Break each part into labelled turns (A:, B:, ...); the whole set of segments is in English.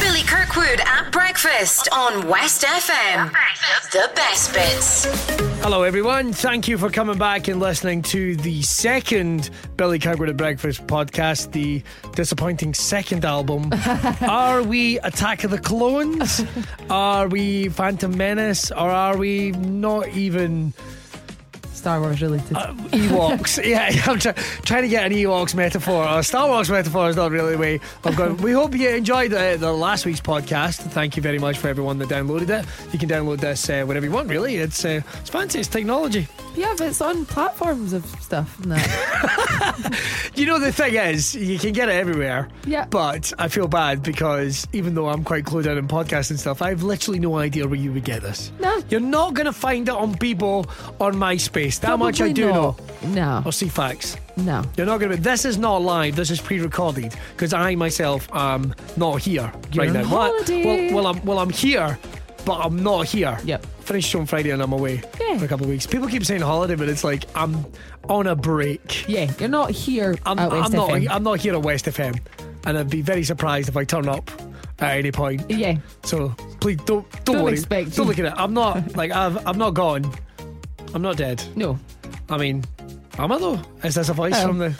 A: Billy Kirkwood at breakfast on West FM. The best bits.
B: Hello, everyone. Thank you for coming back and listening to the second Billy Kirkwood at Breakfast podcast, the disappointing second album. are we Attack of the Clones? Are we Phantom Menace? Or are we not even
C: Star Wars related.
B: Uh, Ewoks? yeah, I'm try- trying to get an Ewoks metaphor. A Star Wars metaphor is not really the way I'm going. we hope you enjoyed uh, the last week's podcast. Thank you very much for everyone that downloaded it. You can download this uh, wherever you want, really. It's, uh, it's fancy, it's technology.
C: yeah, but it's on platforms of stuff. No.
B: You know, the thing is, you can get it everywhere.
C: Yeah.
B: But I feel bad because even though I'm quite clued in in podcasts and stuff, I have literally no idea where you would get this.
C: No.
B: You're not going to find it on people on MySpace. That much I
C: Probably
B: do Oh. know.
C: not. No,
B: Or CFAX.
C: no.
B: You're not going to be. This is not live. This is pre-recorded because I myself am not here
C: You're
B: right
C: on
B: now. Well,
C: holiday.
B: Well, well, I'm well, I'm here, but I'm not here.
C: Yep.
B: Finished on Friday and I'm away
C: Yeah.
B: for a couple of weeks. People keep saying holiday, but it's like I'm on a break.
C: Yeah, you're not here
B: I'm,
C: at West
B: I'm not.
C: FM.
B: I'm not here at West FM, and I'd be very surprised if I turn up at any point.
C: yeah,
B: So please don't don't,
C: Don't
B: worry.
C: expect
B: don't
C: you.
B: look at it. I'm not like I've I'm not gone. I'm not dead.
C: no.
B: I mean, am I though? Is this a voice
C: Oh.
B: from the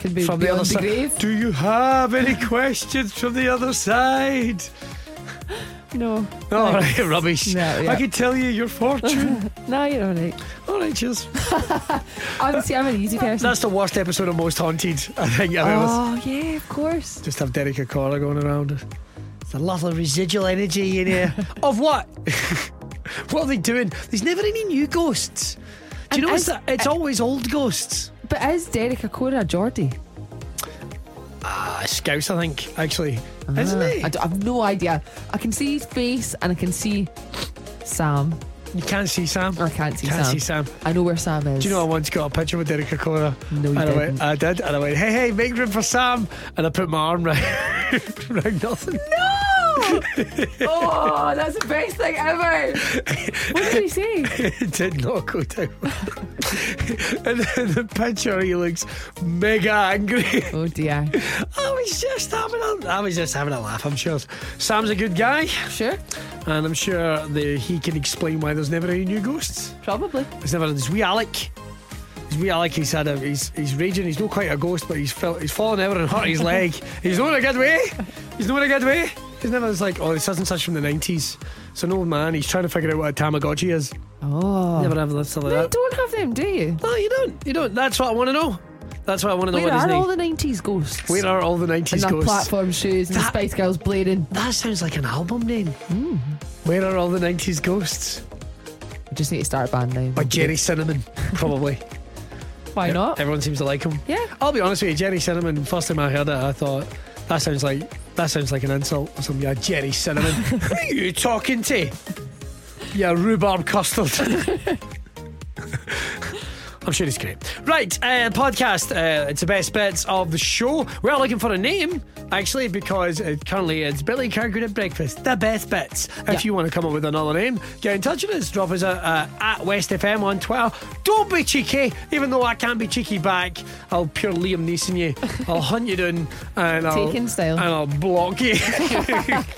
C: Could be
B: from the
C: beyond
B: other
C: grave.
B: side? Do you have any questions from the other side?
C: No.
B: No, all
C: Thanks.
B: right, rubbish.
C: No, yeah.
B: I could tell you your fortune.
C: No, you're all right.
B: all right, cheers.
C: Honestly, I'm an easy person.
B: That's the worst episode of Most Haunted. I think I've ever
C: oh yeah, of course.
B: Just have Derek O'Connor going around. It's a lovely residual energy in here. of what? what are they doing? There's never any new ghosts. Do you
C: And
B: notice
C: as-
B: that? It's always old ghosts.
C: But is Derek Acora a Geordie?
B: Ah, Scouse, I think, actually. Isn't
C: Ah, I
B: it?
C: d- I've no idea. I can see his face and I can see Sam.
B: You can't see Sam.
C: I can't see
B: Can't
C: Sam.
B: see Sam.
C: I know where Sam is.
B: Do you know I once got a picture with Derek O'Connor?
C: No, you
B: and I,
C: didn't.
B: went, I did. And I went, hey, hey, make room for Sam. And I put my arm right round nothing.
C: No! oh, that's the best thing ever. What did he say?
B: it did not go down. well. and then the picture, he looks mega angry.
C: Oh dear.
B: I was just having a, I was just having a laugh. I'm sure Sam's a good guy,
C: Sure,
B: and I'm sure that he can explain why there's never any new ghosts.
C: probably.
B: There's never there's wee Alec. There's wee Alec. He's had a, he's he's raging. He's not quite a ghost, but he's fell, he's fallen over and hurt his leg. He's not in a good way. He's not in a good way. He's never it's like oh this isn't such from the 90s. It's an old man. He's trying to figure out what a Tamagotchi is.
C: Oh.
B: Never have something
C: No, you
B: like that.
C: don't have them, do you?
B: No, you don't. You don't. That's what I want to know. That's what I want to know.
C: Where
B: what his
C: are
B: name.
C: all the 90s ghosts?
B: Where are all the
C: and
B: 90s
C: their
B: ghosts?
C: platform shoes and the
B: That-
C: Spice Girls blaring.
B: That sounds like an album name.
C: Hmm.
B: Where are all the 90s ghosts?
C: I just need to start a band now.
B: By Jerry Cinnamon, probably.
C: Why not?
B: Everyone seems to like him.
C: Yeah.
B: I'll be honest with you, Jerry Cinnamon, first time I heard it, I thought, that sounds like that sounds like an insult or something. Yeah, Jerry Cinnamon. Who are you talking to? Yeah, rhubarb custard. I'm sure he's great. Right, uh, podcast. Uh, it's the best bits of the show. We're looking for a name, actually, because uh, currently it's Billy Kirkwood at Breakfast. The best bits. If
C: Yeah.
B: you want to come up with another name, get in touch with us. Drop us a, uh at West FM on Twitter. Don't be cheeky, even though I can't be cheeky back. I'll pure Liam Neeson you. I'll hunt you down and I'll
C: Taken style.
B: and I'll block you.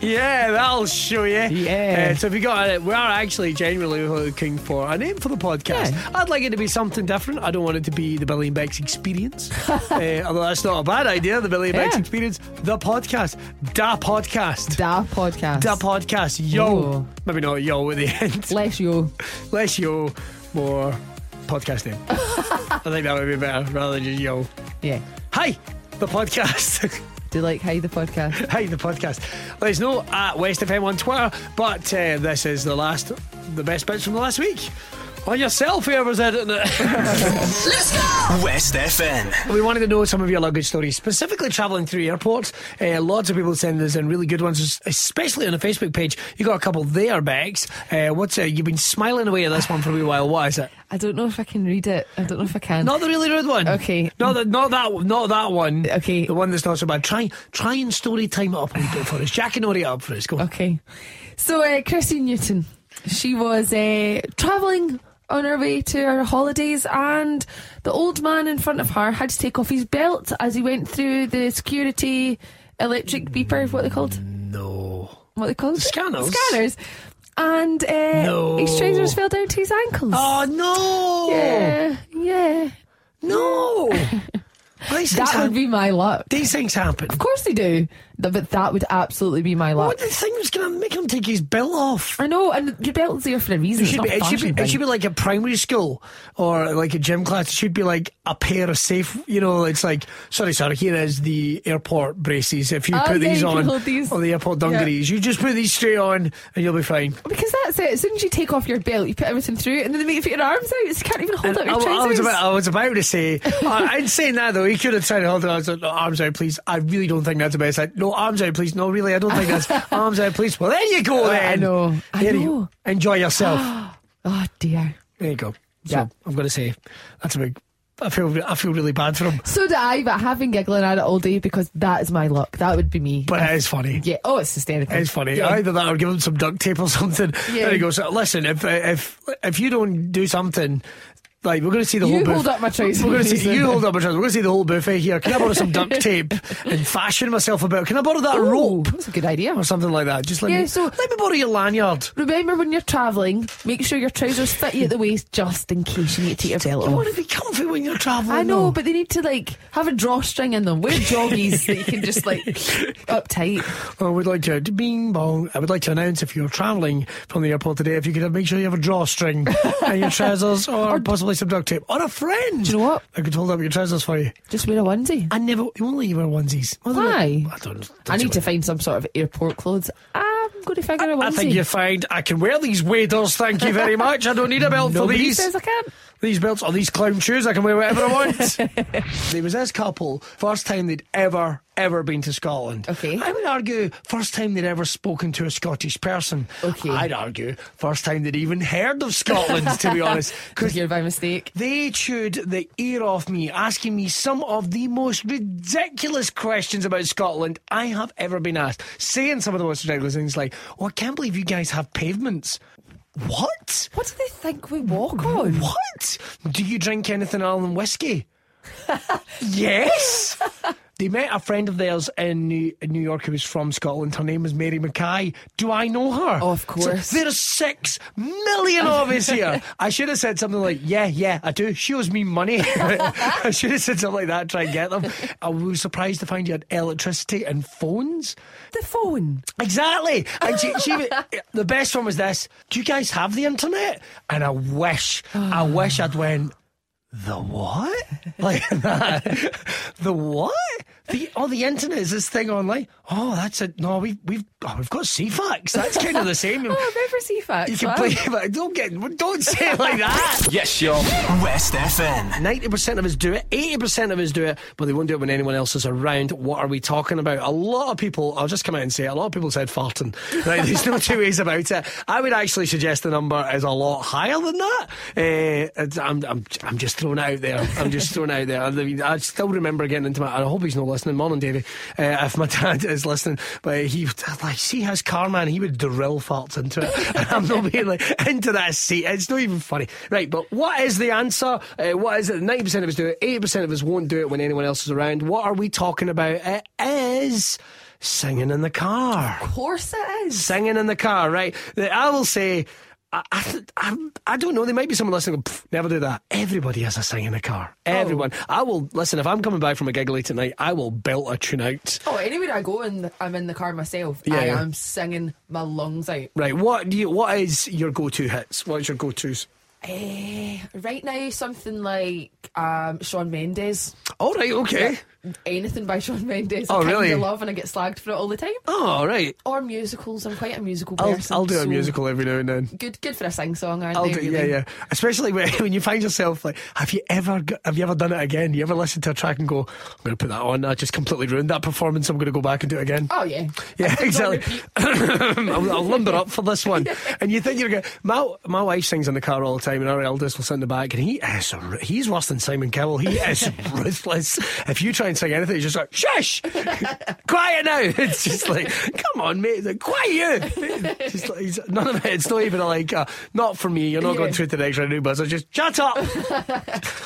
B: Yeah, that'll show you.
C: Yeah.
B: Uh, so we got it. We are actually genuinely looking for a name for the podcast.
C: Yeah.
B: I'd like it to be something different. I don't want it to be the Billy and Beck's Experience. uh, although that's not a bad idea. The Billy and Beck's
C: Yeah.
B: Experience, the podcast, da podcast,
C: Da podcast.
B: da podcast. Yo,
C: Ooh.
B: maybe not yo at the end.
C: Bless you.
B: Less yo, more podcast name. I think that would be better rather than just yo.
C: Yeah.
B: Hi, the podcast.
C: Do you like Hi the podcast?
B: Hi, the podcast. Let us know at West FM on Twitter. But uh, this is the last, the best bits from the last week. On yourself, whoever's editing it.
A: Let's go!
D: West FM.
B: we wanted to know some of your luggage stories, specifically travelling through airports. Uh, lots of people sending us in really good ones, especially on the Facebook page. You got a couple there, Bex. Uh, what's uh, you've been smiling away at this one for a wee while? What is it?
C: I don't know if I can read it. I don't know if I can.
B: Not the really rude one.
C: Okay.
B: Not that. Not that. Not that one.
C: Okay.
B: The one that's not so bad. Try. Try and story time it up a wee bit for us. Jack and Ori up for us. Go. on.
C: Okay. So, uh, Chrissy Newton, she was uh, travelling on her way to her holidays, and the old man in front of her had to take off his belt as he went through the security electric beeper, what they called?
B: No
C: what they call them?
B: Scanners?
C: Scanners. And uh,
B: No.
C: his trousers fell down to his ankles.
B: Oh no!
C: Yeah, yeah.
B: No. These things,
C: That
B: hap-
C: would be my luck.
B: these things happen.
C: Of course they do. Th- But that would absolutely be my luck.
B: What the thing was going to make him take his belt off?
C: I know, and your belt's there for a reason.
B: It
C: It's
B: should,
C: not
B: be,
C: a
B: it, should
C: fashion
B: be, it
C: thing.
B: should be like a primary school or like a gym class. It should be like a pair of safe, you know, it's like, sorry, sir, here is the airport braces. If you
C: Oh,
B: put
C: yeah,
B: these
C: you can
B: on,
C: hold these.
B: or the airport
C: Yeah.
B: dungarees, you just put these straight on and you'll be fine.
C: Because that's it. As soon as you take off your belt, you put everything through, and then they make you put your arms out. So you can't even hold
B: And
C: up
B: I,
C: your
B: I was
C: trousers.
B: about, I was about to say, I, I'd say that though. He could have tried to hold it. I was like, no, arms out, please. I really don't think that's the best. Like, no, arms out, please. No, really, I don't think that's arms out, please. Well, there you go then.
C: know. I
B: Here you-
C: know.
B: enjoy yourself.
C: oh dear.
B: there you go. So
C: Yeah.
B: I'm going to say that's a big. I feel I feel really bad for him,
C: So do I, but I have been giggling at it all day because that is my luck. That would be me.
B: but it is funny.
C: yeah. Oh, it's hysterical.
B: It's funny.
C: Yeah.
B: Either that or give him some duct tape or something.
C: Yeah.
B: There he goes. Listen, if if if you don't do something, like we're going to see the
C: You
B: whole booth.
C: hold up my trousers.
B: We're going to see you hold up my trousers. We're going to see the whole buffet here. Can I borrow some duct tape and fashion myself a bit? Can I borrow that
C: Ooh,
B: rope
C: That's a good idea.
B: or something like that? Just let
C: Yeah,
B: me
C: so-
B: let me borrow your lanyard.
C: Remember when you're travelling, make sure your trousers fit you at the waist just in case you need to take your belt
B: You
C: off.
B: want to be comfy when you're traveling.
C: I know, but they need to like have a drawstring in them. Wear joggies that you can just like up tight.
B: Oh, I would like to bing bong. I would like to announce if you're travelling from the airport today, if you could make sure you have a drawstring and your trousers, or, possibly some duct tape, or a friend.
C: Do you know what?
B: I could hold up your trousers for you.
C: Just wear a onesie.
B: I never. He won't let you wear onesies. Well,
C: Why?
B: I don't. know.
C: I need to find some sort of airport clothes. I'm going to figure a onesie.
B: I think you're fine. I can wear these waders, thank you very much. I don't need a belt for
C: Nobody
B: these.
C: says I can't.
B: These belts or these clown shoes, I can wear whatever I want. there was this couple, first time they'd ever, ever been to Scotland.
C: Okay.
B: I would argue, first time they'd ever spoken to a Scottish person.
C: Okay.
B: I'd argue, first time they'd even heard of Scotland, to be honest. 'Cause
C: Here by mistake.
B: they chewed the ear off me, asking me some of the most ridiculous questions about Scotland I have ever been asked. Saying some of the most ridiculous things like, Oh, I can't believe you guys have pavements. What?
C: What do they think we walk on?
B: What? Do you drink anything other than whiskey? yes. They met a friend of theirs in New, in New York who was from Scotland. Her name was Mary Mackay. Do I know her?
C: Oh, Of course.
B: So there are six million of us here. I should have said something like, yeah, yeah, I do. She owes me money. I should have said something like that, try and get them. I was surprised to find you had electricity and phones.
C: The phone.
B: Exactly. And she, she was- the best one was this. Do you guys have the internet? And I wish, I wish I'd went. The what? Like that? the what? The oh, the internet is this thing online. Oh, that's it. No, we we've oh, we've got CFAX. That's kind of the same.
C: Oh, I remember Seafax.
B: You can play, but don't get don't say it like that.
D: Yes, y'all. West FN.
B: Ninety percent of us do it. Eighty percent of us do it, but they won't do it when anyone else is around. What are we talking about? A lot of people. I'll just come out and say. it, A lot of people said farting. Right? There's no two ways about it. I would actually suggest the number is a lot higher than that. Eh, it's- I'm, I'm, I'm just throwing it out there. I'm just throwing it out there. I, mean, I still remember getting into my. I hope he's not listening. Morning, Davey. Uh, if my dad is listening, but he like see his car man. He would drill farts into it. And I'm not being like into that seat. It's not even funny. Right, but what is the answer? Uh, what is it? Ninety percent of us do it. Eighty percent of us won't do it when anyone else is around. What are we talking about? It is singing in the car
C: Of course it is.
B: singing in the car, right? That I will say, I, I, th- I, I don't know. There might be someone listening. going, "Pff, Never do that. Everybody has a sing in the car.
C: Oh.
B: Everyone. I will listen. If I'm coming back from a giggly tonight, I will belt a tune out.
C: Oh, anywhere I go and I'm in the car myself,
B: Yeah,
C: I
B: yeah.
C: am singing my lungs out.
B: Right. What do you? What is your go-to hits? What is your go-tos?
C: Eh, right now, something like um, Sean Mendes.
B: All right. Okay.
C: Anything by Sean Mendes.
B: Eh? Oh,
C: I kinda
B: really?
C: love and I get slagged for it all the time.
B: Oh, all right.
C: Or musicals. I'm quite a musical
B: I'll,
C: person.
B: I'll do a
C: so
B: musical every now and then.
C: Good, good for a sing song, aren't
B: I'll
C: they?
B: do,
C: really?
B: yeah, yeah. Especially when, when you find yourself like, have you ever, g- have you ever done it again? You ever listen to a track and go, I'm going to put that on. I just completely ruined that performance. I'm going to go back and do it again.
C: Oh, yeah.
B: Yeah,
C: It's on
B: exactly.
C: repeat.
B: I'll, I'll limber up for this one. And you think you're going. My my wife sings in the car all the time, and our eldest will sit in the back, and he is r- he's worse than Simon Cowell. He is ruthless. If you try and sing anything, he's just like shush, quiet now. It's just like come on, mate, It's like, quiet you. Just like, he's, none of it. It's not even like uh, not for me. You're not
C: Yeah.
B: going through to the next round of buzzer. Just shut up.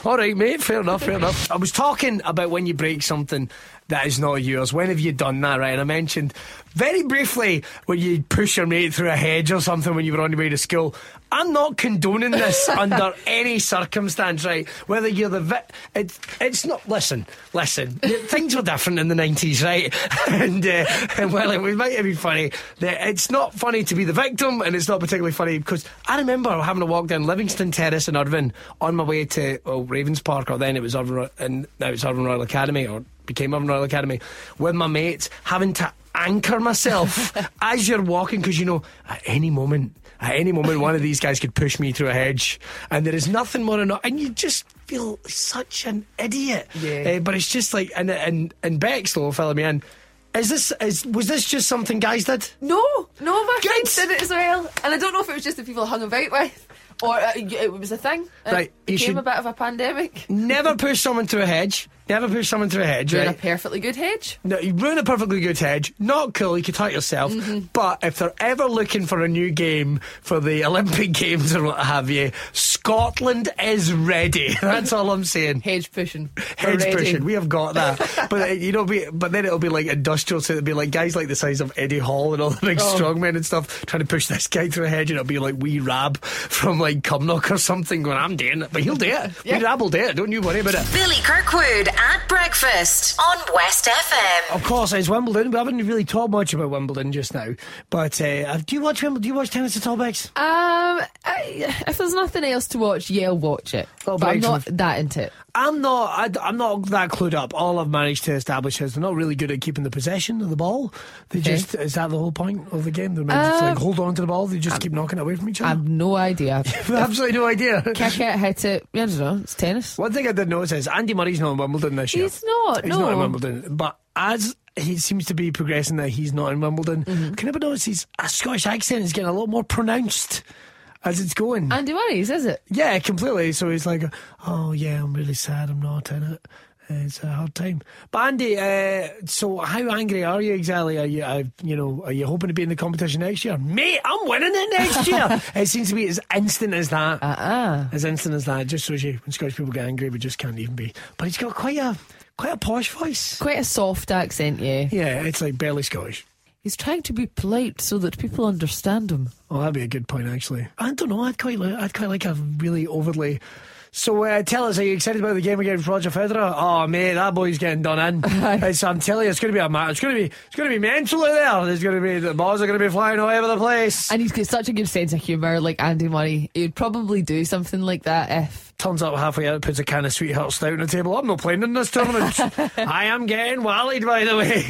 B: all right, mate. Fair enough. Fair enough. I was talking about when you break something. that is not yours. When have you done that, right? And I mentioned very briefly when you push your mate through a hedge or something when you were on your way to school. I'm not condoning this under any circumstance, right? Whether you're the vi- it's it's not. Listen, listen. Things were different in the '90s, right? and uh, and while it might have been funny, that it's not funny to be the victim, and it's not particularly funny because I remember having a walk down Livingston Terrace in Irvine on my way to well, Ravens Park, or then it was Irvine, Ro- and now it's Irvine Royal Academy, or became Irvine Royal Academy, with my mates having to anchor myself as you're walking because you know at any moment at any moment one of these guys could push me through a hedge and there is nothing more annoying and you just feel such an idiot
C: Yeah.
B: Uh, but it's just like and and and Bexlow filling me in is this is was this just something guys did
C: No, no, my
B: Good.
C: friends did it as well. And I don't know if it was just the people I hung about with or uh, y- it was a thing. It
B: Right, you
C: became
B: should-
C: a bit of a pandemic.
B: never push someone through a hedge never push someone through a hedge
C: You're in a
B: right?
C: perfectly good hedge.
B: No, you ruin a perfectly good hedge. Not cool. You could hurt yourself.
C: Mm-hmm.
B: But if they're ever looking for a new game for the Olympic Games or what have you, Scotland is ready. That's all I'm saying.
C: Hedge pushing.
B: Hedge
C: Already.
B: pushing. We have got that. but uh, you know, we, but then it'll be like industrial. So it'll be like guys like the size of Eddie Hall and all the big
C: Oh.
B: strongmen and stuff trying to push this guy through a hedge, and it'll be like wee Rab from like Cumnock or something. Going, I'm doing it, but he'll do it.
C: Yeah.
B: Wee Rab will do it. Don't you worry about it.
A: Billy Kirkwood at breakfast on West FM.
B: Of course, it's Wimbledon. We haven't really talked much about Wimbledon just now. But uh, do you watch Wimbledon? Do you watch tennis at all, Bex?
C: Um, I, if there's nothing else to watch, yeah, I'll watch it.
B: Little
C: but I'm
B: breaks
C: not that into it.
B: I'm not. I, am not that clued up. All I've managed to establish is they're not really good at keeping the possession of the ball. They just is that the whole point of the game? They're meant to
C: Um,
B: like hold on to the ball. They just keep knocking it away from each other.
C: I've no idea.
B: I've absolutely no idea.
C: Kick it, hit it. I don't know. It's tennis.
B: One thing I did notice is Andy Murray's not in Wimbledon this year.
C: He's not,
B: He's
C: no.
B: not in Wimbledon. But as he seems to be progressing that he's not in Wimbledon, can I but notice his a Scottish accent is getting a lot more pronounced as it's going.
C: Andy Murray's, is it?
B: Yeah, completely. So he's like, oh, yeah, I'm really sad I'm not in it. It's a hard time. But Andy, uh, so how angry are you exactly? Are you, uh, you know, are you hoping to be in the competition next year? Mate, I'm winning it next year. it seems to be as instant as that.
C: Uh-uh.
B: As instant as that. Just shows you when Scottish people get angry, we just can't even be. But he's got quite a quite a posh voice.
C: Quite a soft accent, yeah.
B: Yeah, it's like barely Scottish.
C: He's trying to be polite so that people understand him.
B: Oh, that'd be a good point, actually. I don't know. I'd quite, li- I'd quite like a really overly. So uh, tell us, are you excited about the game against Roger Federer? Oh mate, that boy's getting done in. it's, I'm telling you, it's going to be a match. It's going to be, it's going to be mental out there. There's going to be the balls are going to be flying all over the place.
C: And he's got such a good sense of humour, like Andy Murray. He would probably do something like that if.
B: Turns up halfway out, puts a can of sweetheart stout on the table. I'm not playing in this tournament. I am getting wallied, by the way.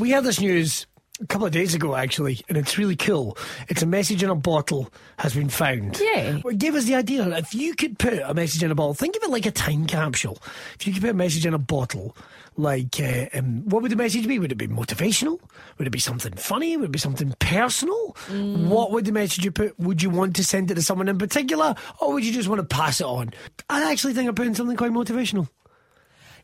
B: we had this news a couple of days ago, actually, and it's really cool. It's a message in a bottle has been found.
C: Yeah.
B: Well, give us the idea. If you could put a message in a bottle, think of it like a time capsule. If you could put a message in a bottle, like, uh, um, what would the message be? Would it be motivational? Would it be something funny? Would it be something personal? What would the message you put? Would you want to send it to someone in particular? Or would you just want to pass it on? I actually think I put in something quite motivational.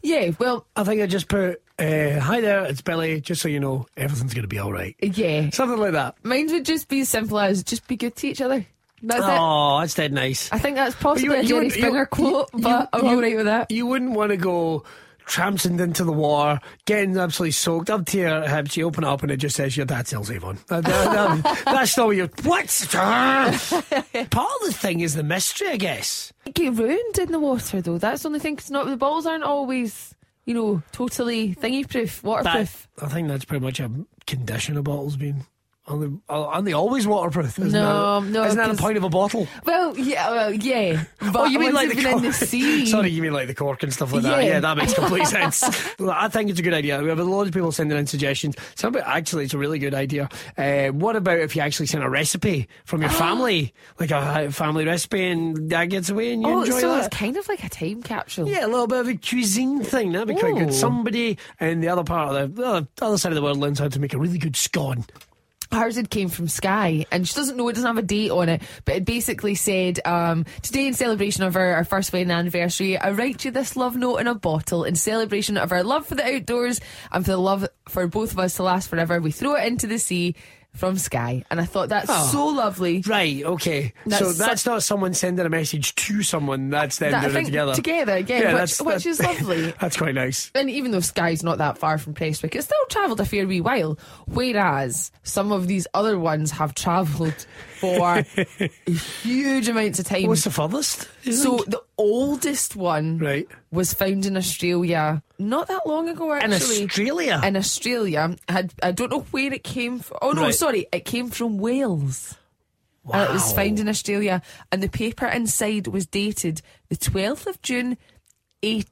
C: Yeah, well,
B: I think I just put, uh, hi there, it's Billy, just so you know, everything's going to be all right.
C: yeah.
B: Something like that.
C: Mine would just be as simple as just be good to each other. That's it.
B: Oh, that's dead nice.
C: I think that's possibly a
B: wouldn't-
C: Jerry
B: wouldn't-
C: Springer quote,
B: you-
C: but
B: you-
C: I'm alright with that.
B: You wouldn't want to go trampsing into the war, getting absolutely soaked up to your hips. You open it up and it just says your dad sells Avon. That- that- that- that's not what you're. What? Part of the thing is the mystery, I guess.
C: get ruined in the water though. That's the only thing. Cause not the balls aren't always, you know, totally thingy proof,
B: That,
C: waterproof.
B: I think that's pretty much a condition of bottles being. Aren't they, aren't they always waterproof? Isn't
C: No,
B: that,
C: no,
B: Isn't that the
C: 'cause-
B: point of a bottle?
C: well, yeah, well, yeah. But
B: Oh, you mean
C: once
B: like the
C: they've been in the
B: cork-
C: sea?
B: Sorry, you mean like the cork and stuff like that?
C: Yeah.
B: Yeah, that makes complete sense. Well, I think it's a good idea. We have a lot of people sending in suggestions. Some people- actually, it's a really good idea. Uh, what about if you actually send a recipe from your family, like a h- family recipe, and that gets away and you
C: Oh,
B: enjoy
C: so
B: that?
C: it's kind of like a time capsule.
B: Yeah, a little bit of a cuisine thing. That'd be quite
C: Ooh.
B: good. Somebody in the other part of the, the other- other side of the world learns how to make a really good scone.
C: Hers had came from Sky, and she doesn't know it doesn't have a date on it, but it basically said, um, "Today in celebration of our, our first wedding anniversary, I write you this love note in a bottle in celebration of our love for the outdoors and for the love for both of us to last forever. We throw it into the sea from Sky. And I thought that's
B: Oh.
C: so lovely.
B: Right, okay. so
C: That's
B: that's
C: su-
B: not someone sending a message to someone, that's them
C: That- I
B: doing it
C: think
B: together.
C: together, again, which- which is lovely.
B: That's quite nice.
C: And even though Sky's not that far from Prestwick, it still travelled a fair wee while. Whereas some of these other ones have travelled for huge amounts of time.
B: What's the furthest? you
C: Um, so
B: think?
C: the oldest one
B: Right.
C: was found in Australia not that long ago,
B: in
C: actually.
B: Australia.
C: in Australia, had I don't know where it came from. Oh no,
B: Right.
C: sorry, it came from Wales.
B: wow.
C: And uh, it was found in Australia, and the paper inside was dated the 12th of June,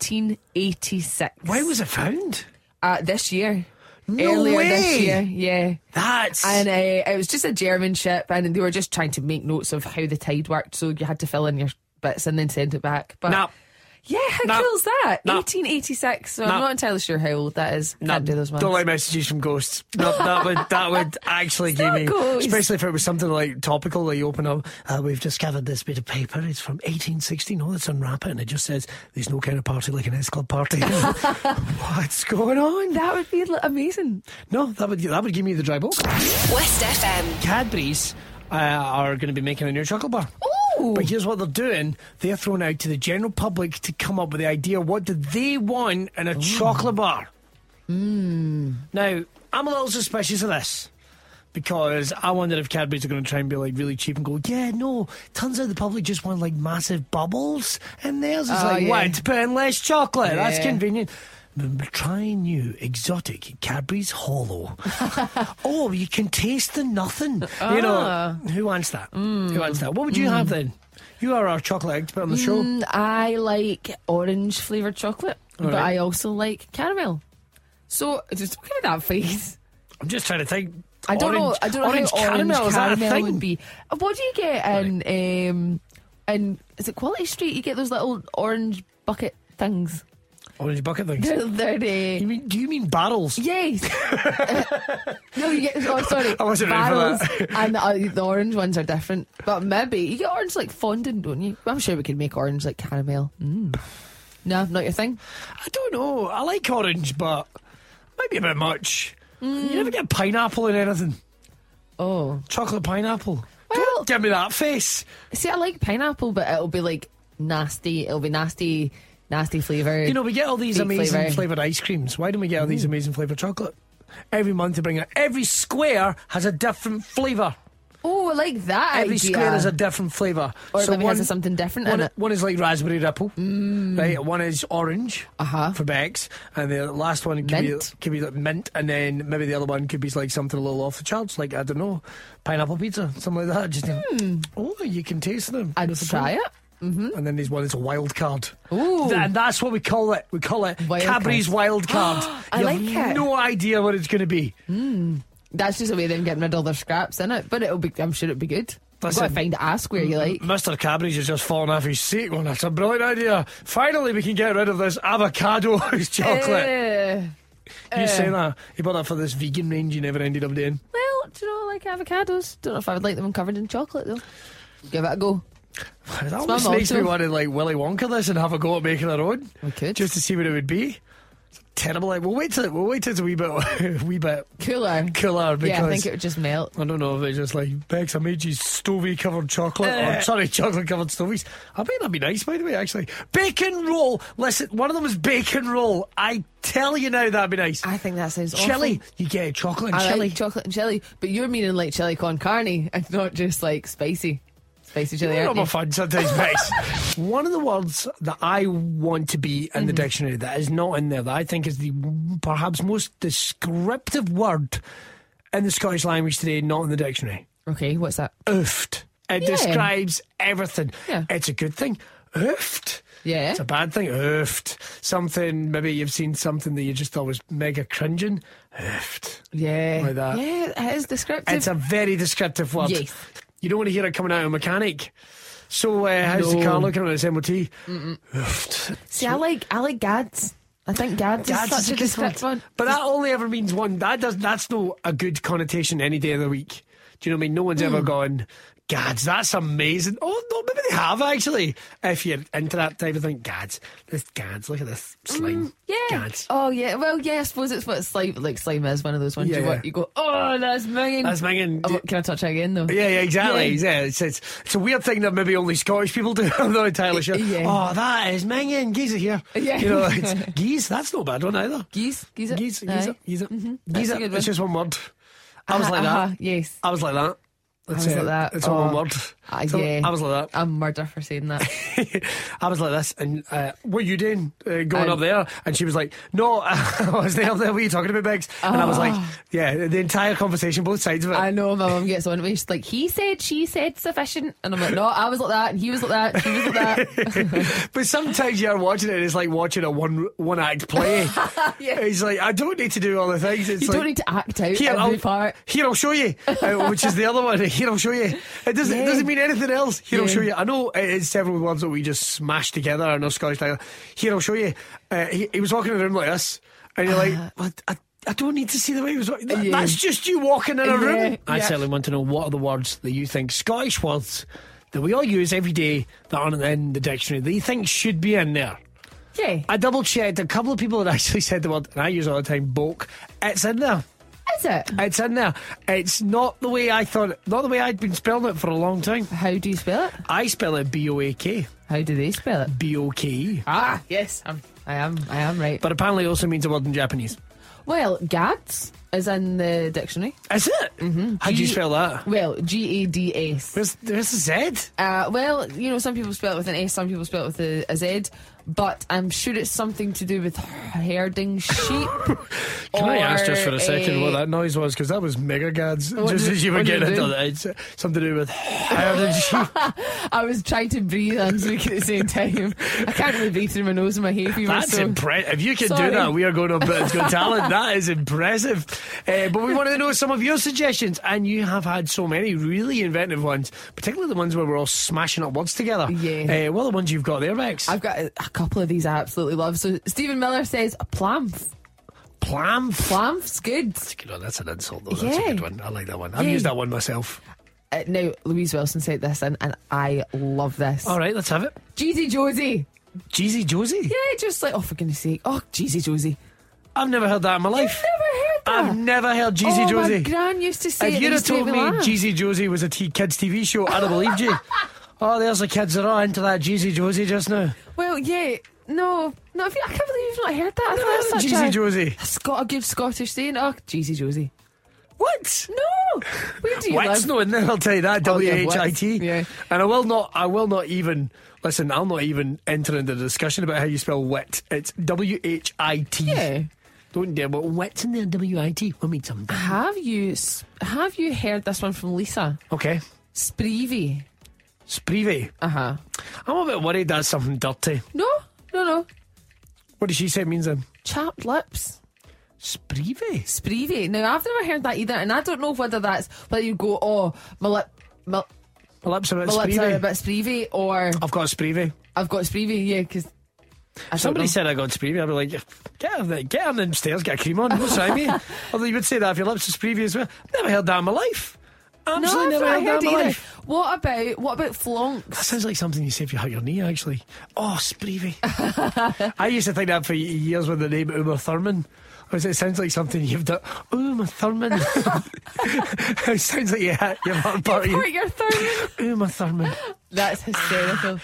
C: 1886.
B: Why was it found?
C: uh, this year?
B: No
C: Earlier
B: way!
C: this year, yeah.
B: That's
C: And uh, it was just a German ship, and they were just trying to make notes of how the tide worked, so you had to fill in your bits and then send it back. But
B: Nah.
C: yeah, how
B: Nah.
C: cool is that?
B: Nah.
C: 1886. So
B: Nah.
C: I'm not entirely sure how old that is.
B: No,
C: Can't do those ones.
B: Don't like messages from ghosts. No, that would that would actually give
C: not
B: me,
C: ghosts.
B: especially if it was something like topical. Like you open up, uh, we've discovered this bit of paper. It's from 1816. Oh, let's unwrap it, and it just says there's no kind of party like an S club party. What's going on?
C: That would be li- amazing.
B: No, that would that would give me the dry bulk.
A: West FM.
B: Cadbury's uh, are going to be making a new chocolate bar.
C: Ooh.
B: But here's what they're doing: they're throwing out to the general public to come up with the idea. What do they want in a chocolate bar?
C: Hmm.
B: Now, I'm a little suspicious of this because I wonder if Cadbury's are going to try and be like really cheap and go, yeah, no. Turns out the public just want like massive bubbles in theirs. It's
C: Oh,
B: like,
C: yeah.
B: what? Put in less chocolate. That's
C: Yeah.
B: convenient. But Try new exotic Cadbury's Hollow. oh, you can taste the nothing. You
C: Ah.
B: know, who wants that?
C: Mm.
B: Who wants that? What would you have then? You are our chocolate expert on the show.
C: Mm. I like orange flavoured chocolate, but
B: right.
C: I also like caramel. So just give me that face.
B: I'm just trying to think.
C: I don't know.
B: Orange-
C: I don't know
B: orange
C: how orange
B: caramel,
C: caramel,
B: is that a thing?
C: would be. Uh, What do you get in? Um, in is it Quality Street? You get those little orange bucket things.
B: Orange bucket things.
C: They're, they're
B: You
C: uh,
B: mean? Do you mean barrels?
C: yes. Uh, no, you get. Oh, sorry.
B: I wasn't ready for
C: Barrels
B: that.
C: and the, uh, the orange ones are different, but maybe you get orange like fondant, don't you? I'm sure we could make orange like caramel. Mm. No, not your thing.
B: I don't know. I like orange, but might be a bit much.
C: Mm.
B: You never get pineapple in anything.
C: Oh.
B: Chocolate pineapple.
C: Well-
B: don't give me that face.
C: See, I like pineapple, but it'll be like nasty. It'll be nasty, nasty flavour.
B: You know, we get all these
C: Deep Mm.
B: amazing
C: flavour.
B: flavoured ice creams. Why don't we get all these amazing flavoured chocolate? Every month they bring out. Every square has a different flavour.
C: oh, I like that
B: Every
C: idea.
B: square has a different flavour.
C: Or maybe has something different in
B: one,
C: it. Mm.
B: One is like raspberry ripple, right? One is orange
C: Uh-huh.
B: for Bex, and the last one could
C: Mint.
B: be could be like mint, and then maybe the other one could be like something a little off the charts, like I don't know, pineapple pizza, something like that. Just oh, you can taste them.
C: Hmm. I'd
B: That's the
C: try
B: thing.
C: it.
B: Mm-hmm. And then there's one that's a wild card.
C: Ooh.
B: Th- and that's what we call it. We call it
C: Wild
B: Cadbury's
C: card.
B: Wild Card.
C: I
B: you
C: like
B: have
C: it.
B: no idea what it's going to be.
C: That's just a way of them getting rid of all their scraps in it, but it'll be. I'm sure it'll be good. I've
B: Listen. Mm-hmm.
C: got to find a ask where you like.
B: Mr. Cadbury's has just fallen off his seat going, that's a brilliant idea. Finally, we can get rid of this avocado chocolate.
C: Eh,
B: you say that. You bought that for this vegan range you never ended up doing.
C: well, do you know I like avocados? Don't know if I would like them covered in chocolate though. Give it a go.
B: That almost
C: mum
B: makes me
C: also.
B: want to like Willy Wonka this and have a go at making our own.
C: We could.
B: Just to see what it would be. It's a terrible. idea. We'll wait till we'll wait till it's a wee bit wee bit
C: Cooler.
B: cooler because
C: eh? yeah, I think it would just melt.
B: I don't know if it's just like Bex, I made you stovey covered chocolate.
C: Uh.
B: or, sorry, chocolate covered stoveys. I bet that'd be nice, by the way, actually. Bacon roll. Listen, one of them is bacon roll. I tell you now, that'd be nice.
C: I think that sounds
B: chili.
C: awful.
B: You get chocolate and
C: I
B: chili.
C: like chocolate and chili, but you're meaning like chili con carne and not just like spicy, spicy chili.
B: You're
C: aren't
B: not my
C: you?
B: fan sometimes, Bex. One of the words that I want to be in the
C: Mm.
B: dictionary that is not in there that I think is the perhaps most descriptive word in the Scottish language today, not in the dictionary.
C: Okay, what's that?
B: oofed. It
C: Yeah.
B: describes everything.
C: Yeah.
B: It's a good thing. Oofed.
C: Yeah.
B: It's a bad thing. Oofed. Something, maybe you've seen something that you just thought was mega cringing. Oofed.
C: Yeah.
B: Like that.
C: Yeah, it is descriptive.
B: It's a very descriptive word.
C: Yes.
B: You don't want to hear it coming out of a mechanic. So, uh, how's the
C: No.
B: car looking on its MOT? Oofed.
C: See, I like I like Gads. I think Gads,
B: That's
C: is such a
B: good
C: descriptive
B: word.
C: one.
B: But that only ever means
C: Hmm.
B: one. That does. That's not a good connotation any day of the week. Do you know what I mean? No one's ever gone. Gads, that's amazing. Oh no, maybe they have actually. If you're into that type of thing, Gads, this Gads, look at this slime.
C: Mm, Yeah.
B: Gads.
C: Oh yeah. Well, yeah. I suppose it's what slime like slime is one of those ones
B: Yeah,
C: you
B: yeah.
C: want. You go, oh, that's minging.
B: That's minging.
C: Oh, can I touch it again though?
B: Yeah, yeah, exactly.
C: Yeah.
B: Yeah, it's, it's it's a weird thing that maybe only Scottish people do. I'm not entirely sure.
C: Yeah.
B: Oh, that is Mingin Giza here.
C: Yeah.
B: you know, it's, geese. That's not a bad one either.
C: Geese, geese, it.
B: Giza,
C: Aye. Mm-hmm.
B: Giza, Giza,
C: That's
B: Giza.
C: a good
B: It's
C: one.
B: just one word. I was like
C: Uh-huh,
B: that.
C: Yes.
B: I was like that.
C: I was
B: it.
C: like that.
B: It's all one
C: Oh.
B: word.
C: Ah,
B: It's all-
C: yeah.
B: I was like that.
C: I'm murder for saying that.
B: I was like this, and uh, what are you doing uh, going
C: Um,
B: up there? And she was like, "No, I was there. What are you talking about, Biggs?" And I was like,
C: Ah.
B: "Yeah." The entire conversation, both sides of it.
C: I know my mum gets on to me. She's like, he said, she said, sufficient, and I'm like, no, I was like that, and he was like that, she was like that.
B: But sometimes you're watching it, and it's like watching a one one act play.
C: Yeah.
B: It's like I don't need to do all the things. It's
C: You
B: like,
C: don't need to act out
B: here,
C: every
B: I'll,
C: part.
B: here I'll show you, uh, which is the other one. Here I'll show you. It doesn't it
C: Yeah.
B: doesn't mean anything else. Here I'll
C: Yeah.
B: show you. I know it is several words that we just smash together. I know Scottish style. Here I'll show you. Uh, he, he was walking in a room like this, and you're like, what? I, I don't need to see the way he was. walking. That-
C: Uh-huh. Yeah.
B: That's just you walking in a room.
C: Yeah,
B: I
C: yeah.
B: certainly want to know what are the words that you think Scottish words that we all use every day that aren't in the dictionary that you think should be in there.
C: Yeah,
B: I double checked. A couple of people had actually said the word, and I use it all the time. Boke. It's in there.
C: is it?
B: It's in there. It's not the way I thought. Not the way I'd been spelling it for a long time.
C: How do you spell it?
B: I spell it B O A K,
C: How do they spell it?
B: B O K E.
C: Ah, yes, I'm, I am, I am right.
B: But apparently, it also means a word in Japanese.
C: well, gads is in the dictionary.
B: Is it? Mm-hmm. How do you
C: G-
B: spell that?
C: Well, G A D S.
B: Where's where's the Z?
C: Uh, well, you know, some people spell it with an S, some people spell it with a, a Z, but I'm sure it's something to do with herding sheep.
B: Can I ask just for a second what
C: that?
B: that noise was? Because that was mega gads.
C: What
B: Just
C: did-
B: as you were
C: what did
B: getting
C: you
B: into
C: do?
B: that, it's something to do with. That's
C: I was trying to breathe and speak at the same time. I can't really breathe through my nose and my hay fever. so.
B: impressive. If you can
C: Sorry.
B: do that, we are going on Britain's Got Talent. That is impressive. Uh, but we wanted to know some of your suggestions, and you have had so many really inventive ones, particularly the ones where we're all smashing up words together.
C: Yeah.
B: Uh, what are the ones you've got there, Rex?
C: I've got a, a couple of these I absolutely love. So Stephen Miller says a plamf.
B: Plam.
C: Plamf's good.
B: You know, that's an insult, though. That's a
C: Yeah.
B: good one. I like that one. I've
C: Yeah.
B: used that one myself.
C: Uh, now Louise Wilson said this, and, and I love this.
B: All right, let's have it.
C: Jeezy Josie.
B: Jeezy Josie.
C: Yeah, just like oh for goodness sake. Oh Jeezy Josie.
B: I've never heard that in my life.
C: Never heard that.
B: I've never heard Jeezy
C: oh,
B: Josie.
C: My gran used to say
B: If
C: it.
B: you'd
C: it
B: have
C: used to
B: told
C: make
B: me
C: me laugh.
B: Jeezy Josie was a t- kids' TV show, I'd have believed you. oh, there's the kids that are into that Jeezy Josie just now.
C: Well, yeah. No, no. If you, I can't believe you've not heard that. I thought that's such
B: Jeezy
C: a,
B: Josie.
C: That's got a good Scottish saying. Oh, Jeezy Josie.
B: What?
C: No. Where do you
B: What's
C: live?
B: no in there? I'll tell you that.
C: Oh,
B: W
C: yeah,
B: H I T.
C: what's- yeah.
B: And I will not. I will not even listen. I'll not even enter into the discussion about how you spell wit. It's W H I T.
C: Yeah.
B: Don't dare. But wit's in there. W I T. We'll meet someday.
C: Have you s- have you heard this one from Lisa
B: Okay.
C: Spreevy?
B: Spreevey.
C: Uh huh.
B: I'm a bit worried that's something dirty.
C: No, no, no.
B: What does she say it means then?
C: Chapped lips.
B: Spreevey.
C: Spreevy. Now I've never heard that either, and I don't know whether that's whether you go oh my lip my,
B: My lips are a bit
C: my lips are a
B: spreevey.
C: bit spreevy or
B: I've got a spreevey.
C: I've got spreevy. Yeah, because
B: Somebody said I got Spreevy. I'd be like, get on, the, get on the stairs, get a cream on. What's that mean? Although you would say that if your lips are Spreevy as well. Never heard that in my life.
C: No,
B: Absolutely
C: I've
B: never
C: not
B: heard that
C: heard
B: in my
C: either.
B: life.
C: What about what about
B: That
C: flonks?
B: sounds like something you say if you hurt your knee, actually. Oh, Spreevy. I used to think that for years with the name Uma Thurman. I was- It sounds like something you've done. Uma Thurman. it sounds like you had your heart party.
C: Hurt your thumb.
B: Uma Thurman.
C: That's hysterical.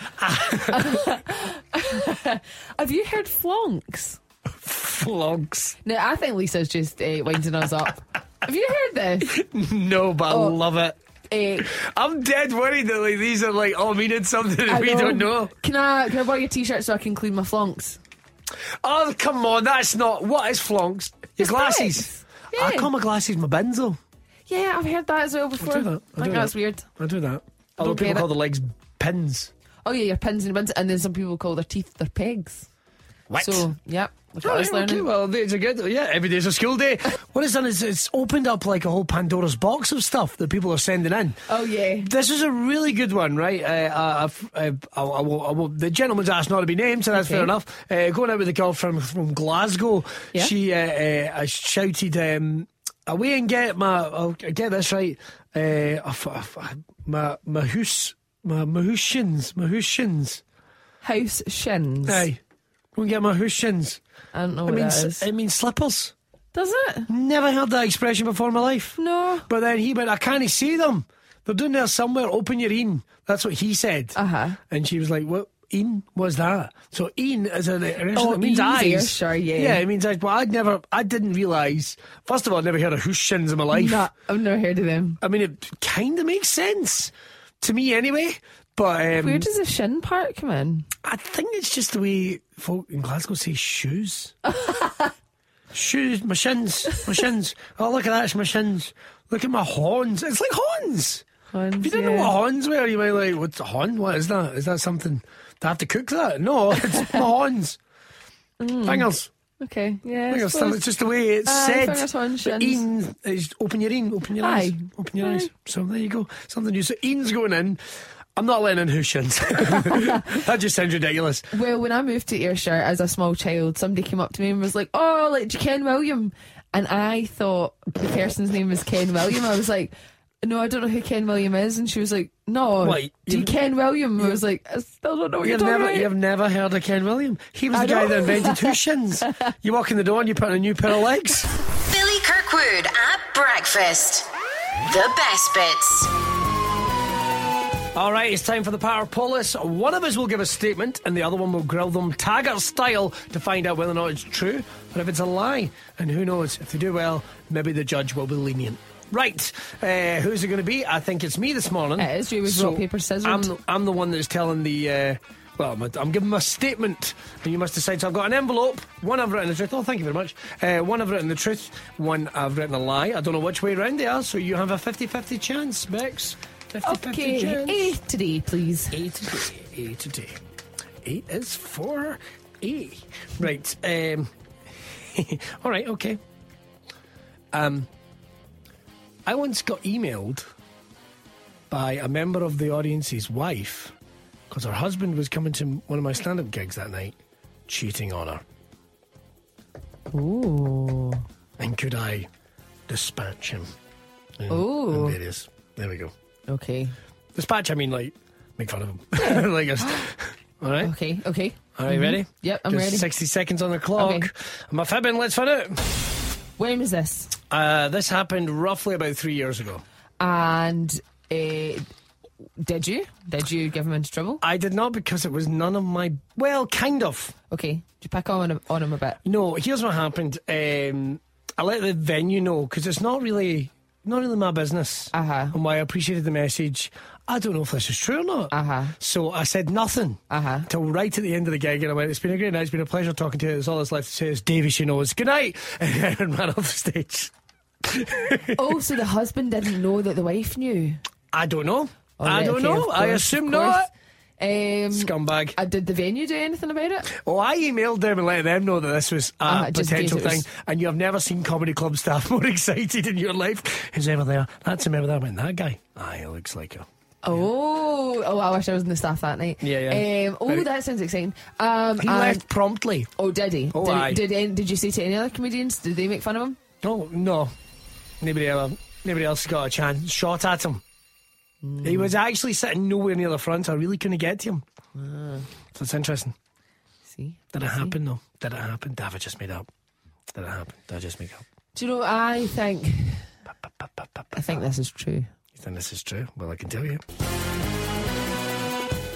C: Have you heard flonks?
B: Flogs.
C: Now I think Lisa's just uh, winding us up. Have you heard this?
B: No, but I
C: Oh.
B: love it.
C: Uh,
B: I'm dead worried that like these are like all meaning something and
C: I
B: we don't know.
C: Can I can I borrow your t-shirt so I can clean my flunks?
B: Oh, come on, that's not. What is flunks? Your
C: It's
B: glasses.
C: bags.
B: I
C: Yeah.
B: call my glasses my bins, though.
C: Yeah, I've heard that as well before.
B: do that. I do
C: think
B: that.
C: that's weird.
B: I do that. Although
C: don't
B: people
C: get
B: call the
C: it.
B: legs pins.
C: Oh yeah, your pins and pins, and then some people call their teeth their pegs.
B: What?
C: So yep, look at
B: Oh,
C: us
B: yeah, okay,
C: learning.
B: well, it's a good. Yeah, every day's a school day. what it's done is it's opened up like a whole Pandora's box of stuff that people are sending in.
C: Oh yeah.
B: This is a really good one, right? Uh, uh, I've- uh, I, I, won't- I won't- the gentleman's asked not to be named, so that's
C: Okay.
B: fair enough. Uh, going out with a girl from, from Glasgow,
C: Yeah.
B: she uh, uh, uh, shouted, um, away and get my. I'll get this right. Uh, I f- I f- I- my my hoose my my hoose shins my hoose shins.
C: House shins.
B: Aye, go and get my hoose shins.
C: I don't know
B: It
C: what that
B: means
C: is.
B: it means slippers.
C: Does it?
B: Never heard that expression before in my life.
C: No.
B: But then he went, I can't see them. They're down there somewhere. Open your een. That's what he said.
C: Uh-huh.
B: And she was like, what? Een was that? So een is an expression
C: Oh,
B: that means
C: een's
B: eyes.
C: here, sure, yeah.
B: Yeah, it means eyes. But I'd never, I didn't realise. First of all, I'd never heard of hooshins in my life.
C: No, I've never heard of them.
B: I mean, it kind of makes sense to me anyway. But um,
C: Where does the shin part come in?
B: I think it's just the way folk in Glasgow say shoes. shoes, my shins, my shins. Oh, look at that, it's my shins. Look at my horns. It's like horns.
C: Horns,
B: If you didn't
C: yeah.
B: know what horns were, you might like, what's a horn? What is that? Is that something? Do I have to cook that? No, it's my horns. Fingers.
C: Okay, yeah. Mm. I
B: Fingers.
C: suppose.
B: It's just the way it's
C: Aye,
B: said.
C: fingers, horns,
B: But
C: shins.
B: een is open your een, open your eyes.
C: Aye.
B: Open your
C: Aye.
B: eyes. So there you go. Something new. So een's going in. I'm not letting in who shins. that just sounds ridiculous.
C: Well, when I moved to Ayrshire as a small child, somebody came up to me and was like, "Oh, like do you Ken William," and I thought the person's name was Ken William. I was like, "No, I don't know who Ken William is," and she was like, "No,
B: Wait,
C: do you
B: you-
C: Ken William?" I was like, "I still don't know what you're
B: You've
C: talking
B: never,
C: about."
B: you've never heard of Ken William. He was
C: I
B: the guy
C: know.
B: that invented two shins. You walk in the door and you put on a new pair of legs.
A: Billy Kirkwood at breakfast. The best bits.
B: All right, it's time for the power polis. One of us will give a statement, and the other one will grill them Taggart style to find out whether or not it's true or if it's a lie. And who knows? If they do well, maybe the judge will be lenient. Right, uh, who's it going to be? I think it's me this morning.
C: It is you with rock, paper, scissors.
B: I'm the, I'm the one that's telling the. Uh, well, I'm, I'm giving my statement, and you must decide. So I've got an envelope. One I've written the truth. Oh, thank you very much. Uh, one I've written the truth. One I've written a lie. I don't know which way round they are, so you have a 50 50 chance, Bex. 50
C: okay,
B: chance.
C: A today, please.
B: A today. A today. Eight is for A. Right. Um, all right. Okay. Um, I once got emailed by a member of the audience's wife because her husband was coming to one of my stand-up gigs that night, cheating on her. Eh.
C: Ooh,
B: And could I dispatch him? And,
C: Ooh.
B: and there it is. There we go.
C: okay,
B: Dispatch. I mean, like make fun of him. like, just, all right.
C: okay, okay.
B: All right, ready?
C: Mm-hmm. Yep, I'm
B: Just
C: ready.
B: 60 seconds on the clock.
C: Okay.
B: Am I fibbing? Let's find out.
C: When was this?
B: Uh, this happened roughly about three years ago.
C: And uh, did you did you give him into trouble?
B: I did not because it was none of my. Well, kind of.
C: Okay, did you pick on him on him a bit?
B: No, here's what happened. Um, I let the venue know because it's not really. Not really my business.
C: Uh-huh.
B: And why I appreciated the message. I don't know if this is true or not.
C: Uh-huh.
B: So I said nothing.
C: Uh-huh.
B: Till right at the end of the gig, and I went, It's been a great night. It's been a pleasure talking to you. There's all that's left to say is Davey, she knows. Good night. And ran off the stage.
C: Oh, so the husband didn't know that the wife knew.
B: I don't know.
C: Oh,
B: I
C: right,
B: don't
C: okay,
B: know.
C: of
B: I
C: course,
B: assume
C: of
B: not.
C: course. Um,
B: Scumbag.
C: uh, did the venue do anything about it?
B: Oh, I emailed them and let them know that this was a
C: Ah, just in case
B: potential
C: it
B: thing.
C: was-
B: And you have never seen comedy club staff more excited in your life. Who's ever there? That's a member that went, that guy. Aye, he looks like her.
C: Oh, oh, I wish I was in the staff that night.
B: Yeah, yeah.
C: Um, oh,
B: Very-
C: that sounds exciting. Um,
B: He
C: and-
B: left promptly.
C: Oh, did he?
B: Oh,
C: did,
B: aye.
C: Did, any- did you say to any other comedians? Did they make fun of him?
B: Oh, no. Nobody, ever, nobody else got a chance. Shot at him.
C: Hmm.
B: He was actually sitting nowhere near the front. I really couldn't get to him. So it's interesting.
C: Ah. See,
B: Did it happen, though? Did it happen? Did I just made up? Did it happen? Did I just make up?
C: do you know? I think I think this is true.
B: You think this is true? Well, I can tell you.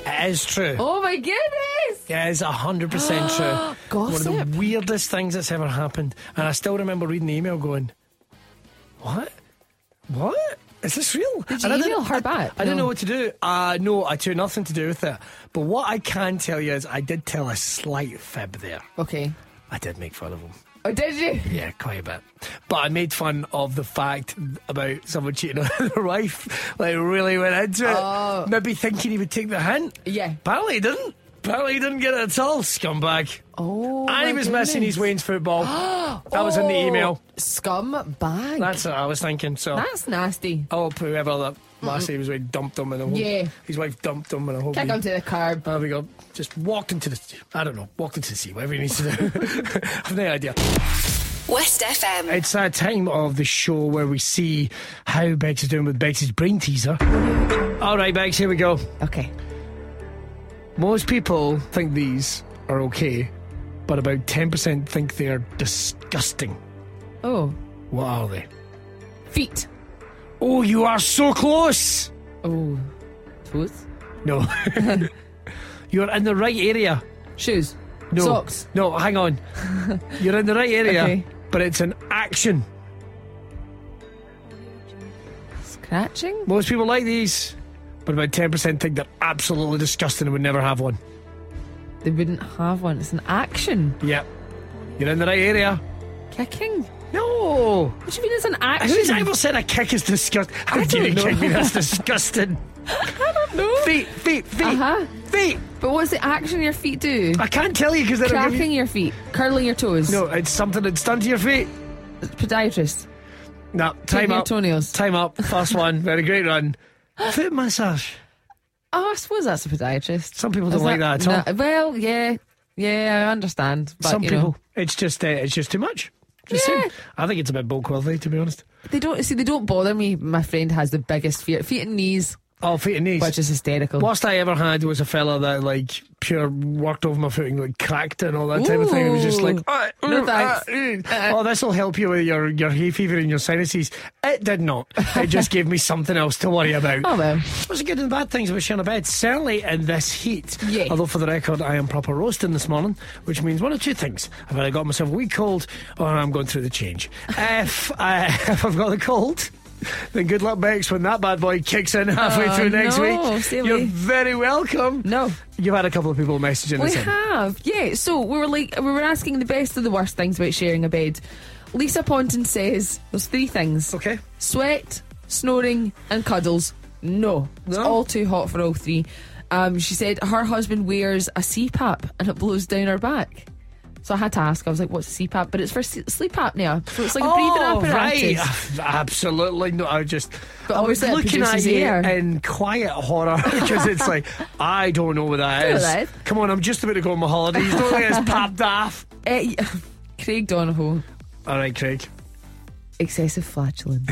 B: It is true.
C: Oh my goodness!
B: It is 100% true. One of
C: Gossip.
B: the weirdest things that's ever happened. And I still remember reading the email going, What? What? Is this real?
C: Did
B: And
C: you
B: I didn't-
C: email her
B: I-
C: back?
B: I didn't
C: No.
B: know what to do. Uh, no, I took nothing to do with it. But what I can tell you is I did tell a slight fib there.
C: Okay.
B: I did make fun of him.
C: Oh, did you?
B: Yeah, quite a bit. But I made fun of the fact about someone cheating on their wife. Like, really went into it.
C: Oh.
B: Maybe thinking he would take the hint.
C: Yeah.
B: Apparently he didn't. Apparently he didn't get it at all, scumbag.
C: Oh,
B: and he
C: my
B: was missing his
C: goodness.
B: Wayne's football. that was in the
C: Oh,
B: email.
C: Scumbag. That's,
B: That's what I was thinking. So
C: nasty.
B: I hope whoever that last he was with dumped him and I hope
C: Yeah.
B: his wife dumped him and I hope
C: Kick
B: he-
C: him to the curb.
B: there we go. Just walked into the, I don't know, walked into the sea, whatever he needs to do. I've no idea.
A: West FM.
B: It's that time of the show where we see how Bex is doing with Bex's brain teaser. All right, Bex, here we go.
C: Okay.
B: Most people think these are okay, but about 10% think they are disgusting.
C: Oh,
B: What are they?
C: feet.
B: Oh, you are so close!
C: Oh, toes.
B: No. You're in the right area.
C: Shoes.
B: No.
C: Socks.
B: No, hang on. You're in the right area,
C: Okay.
B: but it's an action.
C: Scratching.
B: Most people like these, but about 10% think they're absolutely disgusting and would never have one.
C: They wouldn't have one. It's an action.
B: Yep. You're in the right area.
C: Kicking.
B: No. Hmm.
C: What do you mean it's an action?
B: Who's ever said a kick is disgusting? How
C: I
B: can you
C: don't know.
B: kick me? That's disgusting.
C: No.
B: Feet, feet, feet,
C: Uh-huh.
B: feet.
C: But what's the action your feet do?
B: I can't tell you because then I'll give
C: Cracking
B: you.
C: your feet, curling your toes.
B: No, it's something that's done to your feet.
C: Podiatrist.
B: No, time
C: your
B: up.
C: toenails.
B: Time up. First one. Very great run. Foot massage.
C: Oh, I suppose that's a podiatrist.
B: Some people don't like that at all.
C: no- well, yeah, yeah, I understand. But
B: Some
C: you
B: people,
C: know,
B: it's just uh, it's just too much. Just
C: Yeah.
B: saying. I think it's a bit bulk wealthy, to be honest.
C: they don't see. They don't bother me. My friend has the biggest fear: feet and knees,
B: Oh, feet and knees.
C: which is hysterical.
B: Worst I ever had was a fella that like pure worked over my foot and like cracked it and all that type of thing. It was just like,
C: Ooh.
B: "Ah,
C: No
B: ooh,
C: thanks.
B: ah, ooh. oh, this will help you with your your hay fever and your sinuses. It did not. It just gave me something else to worry about.
C: Oh well,
B: What's the good and bad things about sharing a bed? Certainly in this heat.
C: Yeah.
B: Although for the record, I am proper roasting this morning, which means one of two things: I've either got myself a wee cold, or I'm going through the change. if I, if I've got the cold. Then good luck, Bex, when that bad boy kicks in halfway
C: Oh,
B: through next
C: no,
B: week.
C: silly.
B: You're very welcome.
C: no.
B: You've had a couple of people messaging
C: We
B: us in.
C: have, yeah. So we were like, we were asking the best of the worst things about sharing a bed. Lisa Ponton says there's three things:
B: Okay.
C: sweat, snoring, and cuddles. No, it's
B: No?
C: all too hot for all three. Um, she said her husband wears a CPAP and it blows down her back. So I had to ask. I was like, "What's a CPAP?" But it's for s- sleep apnea, so it's like a breathing
B: oh, right.
C: apparatus.
B: Absolutely. No, I just.
C: But
B: I was
C: obviously it
B: looking at
C: produces
B: you
C: air.
B: in quiet horror because it's like, I don't know what that
C: Don't
B: is.
C: know that.
B: Come on, I'm just about to go on my holidays. Don't let us pop off.
C: Eh, y- Craig Donohoe,
B: All right, Craig.
C: excessive flatulence.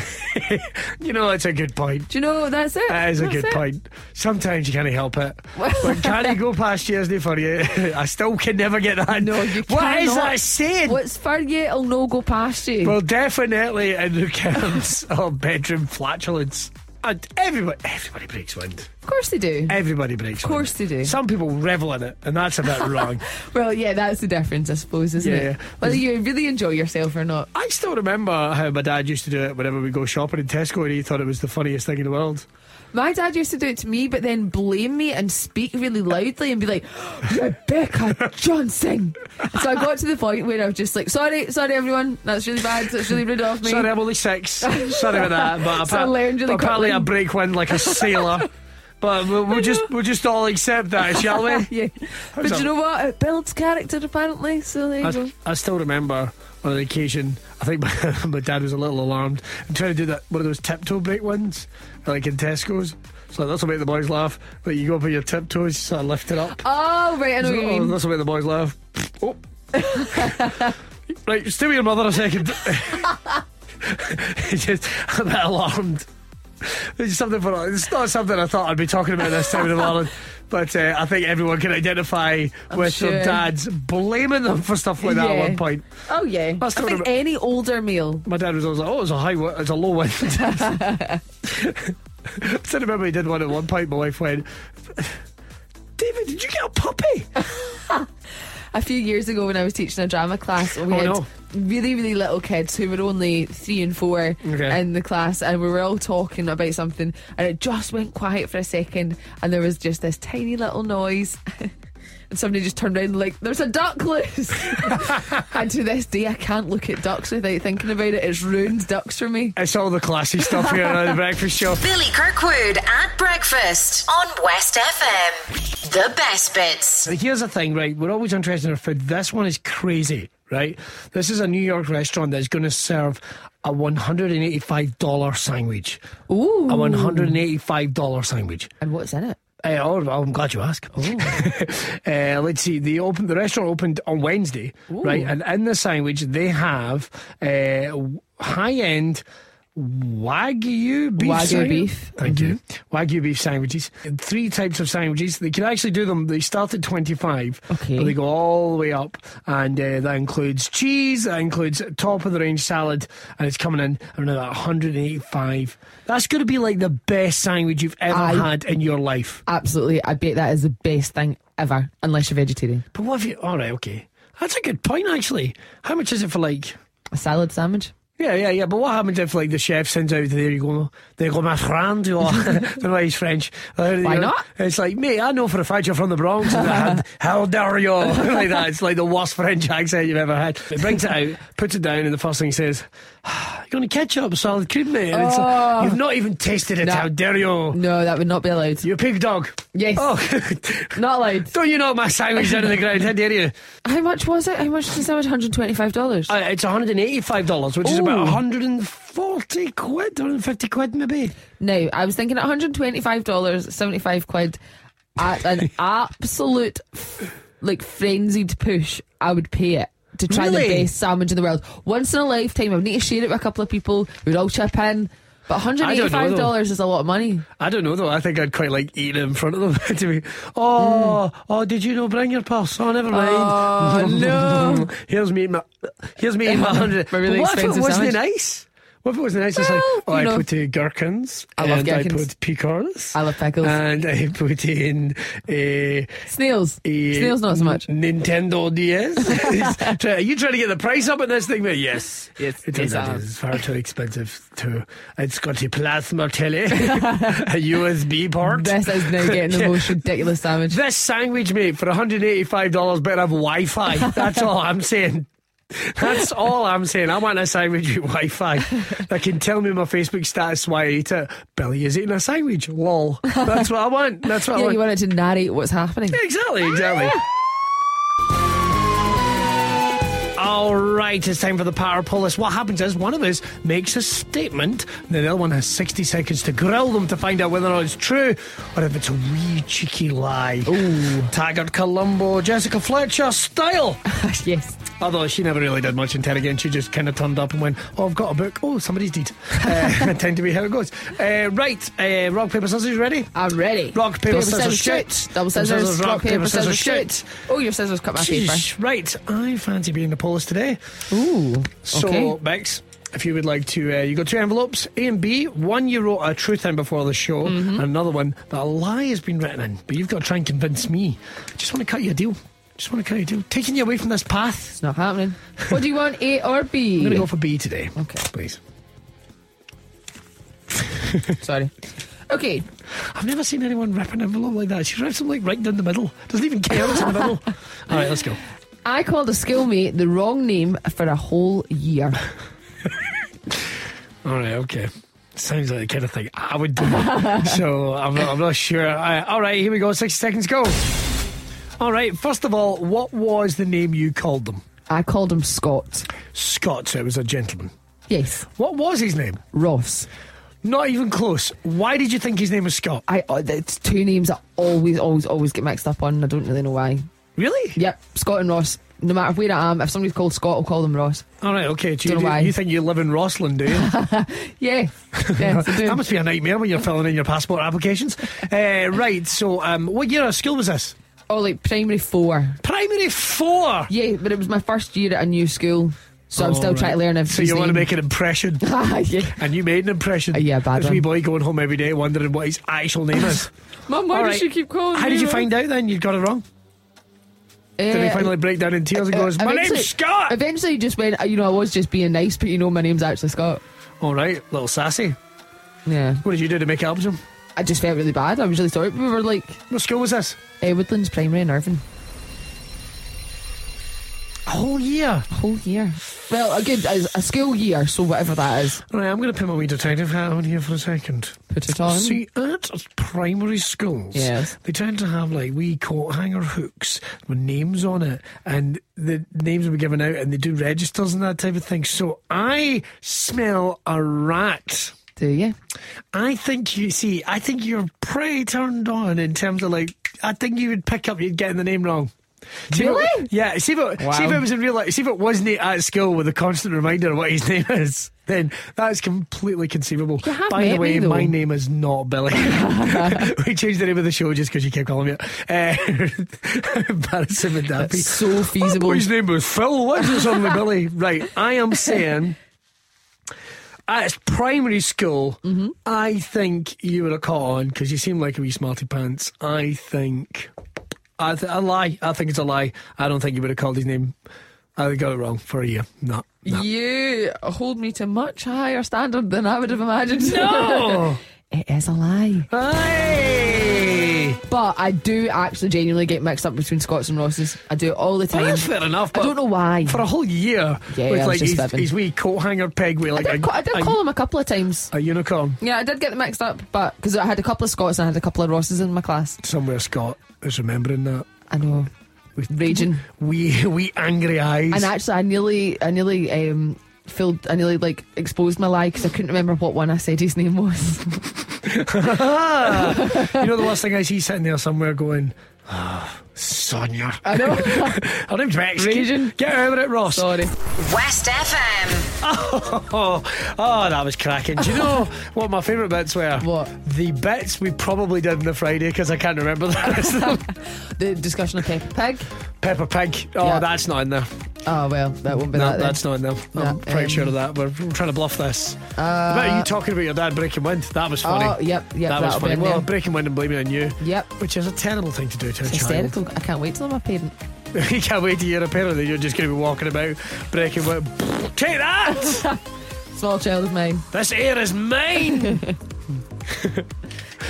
B: You know, that's a good point.
C: Do you know that's it?
B: That is a
C: That's
B: good
C: it.
B: point. Sometimes you can't help it. but can you go past years now for you? I still can never get that.
C: No, you
B: What is
C: cannot.
B: that saying?
C: What's for you? It'll no go past you.
B: Well, definitely in the counts of bedroom flatulence. And everybody, everybody breaks wind.
C: of course they do.
B: Everybody breaks
C: Of course
B: wind.
C: they do.
B: Some people revel in it, and that's a bit wrong.
C: Well, yeah, that's the difference, I suppose, isn't
B: Yeah.
C: it? Whether you really enjoy yourself or not.
B: I still remember how my dad used to do it whenever we go shopping in Tesco, and he thought it was the funniest thing in the world.
C: My dad used to do it to me, but then blame me and speak really loudly and be like, Rebecca Johnson. So I got to the point where I was just like, sorry, sorry, everyone. That's really bad. That's really rude of me.
B: Sorry, I'm only six. Sorry about that, but,
C: So I
B: appa-
C: learned really
B: but apparently I
C: quickly.
B: break wind like a sailor. But we'll, we'll just we'll just all accept that, shall we?
C: yeah. But
B: that-
C: you know what? It builds character, apparently. So there you go.
B: I, I still remember on an occasion, I think my, my dad was a little alarmed and trying to do that one of those tiptoe break ones, like in Tesco's. So like, this will make the boys laugh. But you go up on your tiptoes, sort of lift it up.
C: Oh, right. I know
B: So,
C: what you
B: oh,
C: mean.
B: this will make the boys laugh. Oh. right, stay with your mother a second. Just a bit alarmed. It's something for it's not something I thought I'd be talking about this time in the morning, but uh, I think everyone can identify with their
C: sure.
B: dads blaming them for stuff like that at
C: Yeah.
B: one point.
C: Oh, yeah. I
B: still
C: think
B: remember-
C: any older male.
B: My dad was always like, "Oh, it's a high, wi- it's a low wind." I still remember he did one at one point. My wife went, "David, did you get a puppy?"
C: A few years ago, when I was teaching a drama class, we
B: Oh,
C: had
B: no.
C: really, really little kids who were only three and four
B: Okay.
C: in the class, and we were all talking about something, and it just went quiet for a second, and there was just this tiny little noise. And somebody just turned around and like, there's a duck loose. and to this day, I can't look at ducks without thinking about it. It's ruined ducks for me.
B: It's all the classy stuff here on the breakfast show.
A: Billy Kirkwood at breakfast on West FM. The best bits.
B: But here's the thing, right? We're always interested in our food. This one is crazy, right? This is a New York restaurant that's going to serve a $185 sandwich.
C: Ooh.
B: A $185 sandwich.
C: And what's in it?
B: Uh, oh, well, I'm glad you asked.
C: Oh.
B: uh, let's see. The open the restaurant opened on Wednesday, right? And in the sandwich they have uh, high end wagyu beef.
C: Wagyu
B: sandwich-
C: beef.
B: Thank you. Wagyu beef sandwiches. Three types of sandwiches. They can actually do them. They start at twenty five,
C: Okay.
B: but they go all the way up, and uh, that includes cheese. That includes top of the range salad, and it's coming in around about one hundred and eighty five. That's going to be like the best sandwich you've ever
C: I-
B: had in your life.
C: Absolutely, I bet that is the best thing ever, unless you're vegetarian.
B: But what if you? All right, okay. That's a good point, actually. How much is it for like?
C: A salad sandwich.
B: Yeah, yeah, yeah. But what happens if like the chef sends out there? You go, they go, my friend, you are. the way he's French. Why
C: not?
B: It's like, mate, I know for a fact you're from the Bronx. And I had, How dare you? like that. It's like the worst French accent you've ever had. It brings it out, puts it down, and the first thing he says, "Ah, "You're going to ketchup salad, could mate." And it's
C: Oh.
B: like, you've not even tasted it.
C: No.
B: How dare you?
C: No, that would not be allowed.
B: You pig dog.
C: Yes.
B: Oh,
C: Not allowed.
B: don't you knock my sandwich down on the ground? How dare you?
C: How much was it? How much did the sandwich? One hundred twenty-five dollars.
B: Uh, it's $185, which is about
C: Ooh.
B: 140 quid, 150 quid maybe.
C: Now, I was thinking $125, 75 quid, at an absolute f- like frenzied push, I would pay it to try
B: Really?
C: the best sandwich in the world. Once in a lifetime, I would need to share it with a couple of people, we'd all chip in. But
B: I don't know, though.
C: $185 is a lot of money.
B: I don't know though. I think I'd quite like eating it in front of them. to me, oh, oh, did you know? Bring your purse. Oh, never mind.
C: Hmm. Oh, no.
B: Here's me. eating My, here's me. eating My hundred.
C: My really
B: But what if it
C: expensive
B: wasn't
C: sandwich.
B: nice? What if it wasn't nice? It's like,
C: Well,
B: oh,
C: you
B: I
C: know.
B: put uh, gherkins.
C: I love
B: and I
C: gherkins.
B: put pecans.
C: I love pickles.
B: And I put in. Uh,
C: Snails.
B: uh,
C: Snails, not so much.
B: Nintendo DS. Try- Are you trying to get the price up on this thing? Mate? Yes.
C: Yes,
B: It turns
C: yes,
B: out
C: I am.
B: it's far too expensive to. It's got a plasma telly, a USB port.
C: This is now getting the most ridiculous sandwich.
B: This sandwich, mate, for $185 better have Wi Fi. That's all I'm saying. That's all I'm saying. I want a sandwich with Wi Fi that can tell me my Facebook status why I ate it. Billy is eating a sandwich. Lol. That's what I want. That's what I
C: Yeah,
B: want.
C: you wanted to narrate what's happening.
B: Exactly, exactly. All right, it's time for the power pull. This what happens is one of us makes a statement, then the other one has 60 seconds to grill them to find out whether or not it's true or if it's a wee cheeky lie. Ooh. Taggart Columbo, Jessica Fletcher style.
C: yes.
B: Although she never really did much in Terry Again. She just kind of turned up and went, Oh, I've got a book. Oh, somebody's deed. Uh, I tend to be how it goes. Uh, right, uh, rock, paper, scissors, ready?
C: I'm ready.
B: Rock, paper, scissors, shoot.
C: Double scissors, rock, paper, scissors, shoot.
B: shoot.
C: Oh, your scissors cut my paper.
B: Sheesh, right, I fancy being the polis today.
C: Ooh.
B: So,
C: okay.
B: Bex, if you would like to, uh, you got two envelopes, A and B. One you wrote a truth in before the show,
C: Mm-hmm.
B: and another one that a lie has been written in. But you've got to try and convince me. Just want to cut you a deal. Just want to cut you a deal. Taking you away from this path.
C: It's not happening. What do you want, A or B?
B: I'm going to go for B today.
C: Okay.
B: Please.
C: Sorry. Okay.
B: I've never seen anyone rip an envelope like that. She rips them like right down the middle. Doesn't even care what's in the middle. All right, let's go.
C: I called a schoolmate the wrong name for a whole year.
B: All right, okay. Sounds like the kind of thing I would do. so I'm not, I'm not sure. I, all right, here we go. 60 seconds, go. All right, first of all, what was the name you called them?
C: I called him Scott.
B: Scott, so it was a gentleman.
C: Yes.
B: What was his name?
C: Ross.
B: Not even close. Why did you think his name was Scott?
C: I. oh, It's two names I always, always, always get mixed up on. I don't really know why.
B: Really?
C: Yep. Scott and Ross. No matter where I am, if somebody's called Scott, I'll call them Ross.
B: All right, okay. So you,
C: Don't know
B: do-
C: why.
B: you think you live in Rossland, do you?
C: Yeah. Yes, I do.
B: that must be a nightmare when you're filling in your passport applications. Uh, right, so um, what year of school was this?
C: Oh, like primary four.
B: Primary four.
C: Yeah, but it was my first year at a new school, so I'm
B: All
C: still
B: right.
C: trying to learn
B: So
C: everything.
B: you want to make an impression?
C: yeah.
B: And you made an impression.
C: Uh, yeah, bad
B: This wee
C: one.
B: boy going home every day wondering what his actual name is.
C: Mum, why
B: All
C: does
B: right.
C: she keep calling
B: How
C: me
B: did you
C: Ross?
B: find out then? You got it wrong. Did he
C: Uh,
B: finally break down in tears and
C: uh,
B: goes, "My
C: eventually-
B: name's Scott."
C: Eventually, he just went, "Uh, you know, I was just being nice, but you know, my name's actually Scott.
B: All right, little sassy.
C: Yeah,
B: What did you do to make it up to him?
C: I just felt really bad. I was really sorry. We were like
B: What school was this?
C: uh, Woodlands Primary in Irvine
B: A whole year.
C: a whole year. Well, a good a, a school year, so whatever that is,
B: All right, I'm going to put my wee detective hat on here for a second.
C: put it on.
B: See, at primary schools,
C: Yes.
B: they tend to have like wee coat hanger hooks with names on it, and the names will be given out, and they do registers and that type of thing. So I smell a rat.
C: Do you?
B: I think you see. I think you're pretty turned on in terms of like. I think you would pick up you'd getting the name wrong. See if it-
C: Really?
B: yeah. See if it, see if
C: Wow.
B: it was in real life. See if it wasn't at school with a constant reminder of what his name is. Then that's completely conceivable.
C: You have
B: By
C: met
B: the
C: me,
B: way,
C: though.
B: my name is not Billy. we changed the name of the show just because you kept calling me it. Uh, embarrassing and daffy.
C: That's so feasible.
B: His name was Phil. What's his name, Billy? Right. I am saying. At primary school,
C: Mm-hmm.
B: I think you would have caught on because you seem like a wee smarty pants. I think. I th- a lie. I think it's a lie. I don't think you would have called his name. I got it wrong for a year. No. no.
C: You hold me to much higher standard than I would have imagined.
B: No!
C: it is a lie.
B: Hey!
C: But I do actually genuinely get mixed up between Scots and Rosses. I do it all the time.
B: Well, that's fair enough.
C: I
B: but
C: don't know why.
B: For a whole year,
C: Yeah, I
B: with
C: was
B: like
C: just
B: his,
C: fibbing.
B: his wee coat hanger peg with like
C: I did,
B: a,
C: ca- I did
B: a-
C: call him a couple of times.
B: a unicorn.
C: Yeah, I did get them mixed up, but because I had a couple of Scots and I had a couple of Rosses in my class.
B: Somewhere Scott is remembering that.
C: I know, raging.
B: We we angry eyes.
C: And actually, I nearly, I nearly um, filled, I nearly like exposed my lie because I couldn't remember what one I said his name was.
B: you know the worst thing is he's sitting there somewhere going, "Ah, Sonia.
C: I know.
B: Her name's Mexican.
C: Region.
B: Get over it, Ross.
C: Sorry.
A: West FM.
B: Oh, oh, that was cracking. Do you know what my favourite bits were?
C: What?
B: The bits we probably did on the Friday because I can't remember the rest of them.
C: The discussion of Peppa Pig.
B: Peppa Pig. Oh,
C: Yeah.
B: that's not in there.
C: Oh well, that won't be
B: No,
C: that. Then.
B: that's not in there. I'm
C: No,
B: pretty
C: um,
B: sure of that. We're, we're trying to bluff this. Uh, about you talking about your dad breaking wind. That was funny.
C: Oh, yep, yep,
B: That was
C: that'll be
B: funny.
C: in
B: Well,
C: there.
B: breaking wind and blaming it on you.
C: Yep.
B: Which is a terrible thing to do to a child.
C: Hysterical. I can't wait till I'm a parent.
B: you can't wait to hear a parent that you're just going to be walking about breaking wind. Take that!
C: Small child of mine.
B: this air is mine!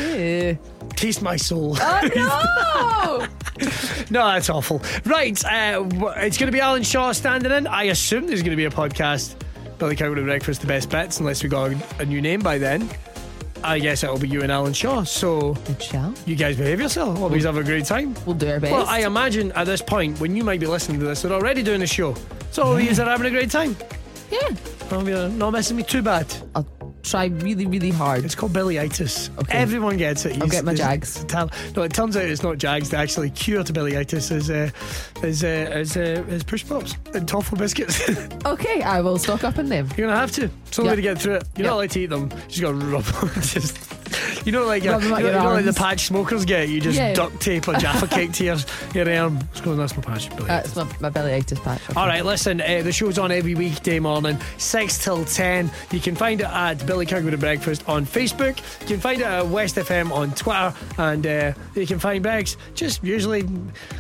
C: Eh.
B: Taste my soul.
C: Oh
B: No, that's awful. Right, uh, w- it's going to be Alan Shaw standing in. I assume there's going to be a podcast, Billy Coward at Breakfast, the best bits, unless we got a- a new name by then. I guess it'll be you and Alan Shaw. So
C: no! Shall
B: you guys behave yourself. Always have a great time.
C: we'll do our best.
B: Well, I uh, imagine at this point, when you might be listening to this, they're already doing the show. So you are having a great time.
C: yeah,
B: Oh, you're not missing me too bad.
C: I'll try really, really hard.
B: It's called Bellyitis.
C: Okay.
B: Everyone gets it. He's-
C: get my
B: there's-
C: Jags.
B: tal- No, it turns out it's not Jags. The actually cure to Bellyitis is uh, is uh, is, uh, is push pops and toffee biscuits.
C: Okay, I will stock up on them.
B: You're gonna have to. It's the only
C: Yeah.
B: way to get through it. You're
C: Yeah.
B: not allowed to eat them. You just gotta rub them. just. You know, like uh,
C: Rub
B: you
C: them
B: know,
C: out
B: you
C: your
B: know, like the
C: arms.
B: patch smokers get. You just
C: Yeah.
B: duct tape a jaffa cake to your, your arm. It's going. That's my patch. Bellyitis.
C: That's Uh, my, my belly actus patch. Okay.
B: All right, listen, uh, the show's on every weekday morning, 6 till 10. You can find it at Billy Cogwood at Breakfast on Facebook. You can find it at West FM on Twitter. And uh, you can find Beggs just usually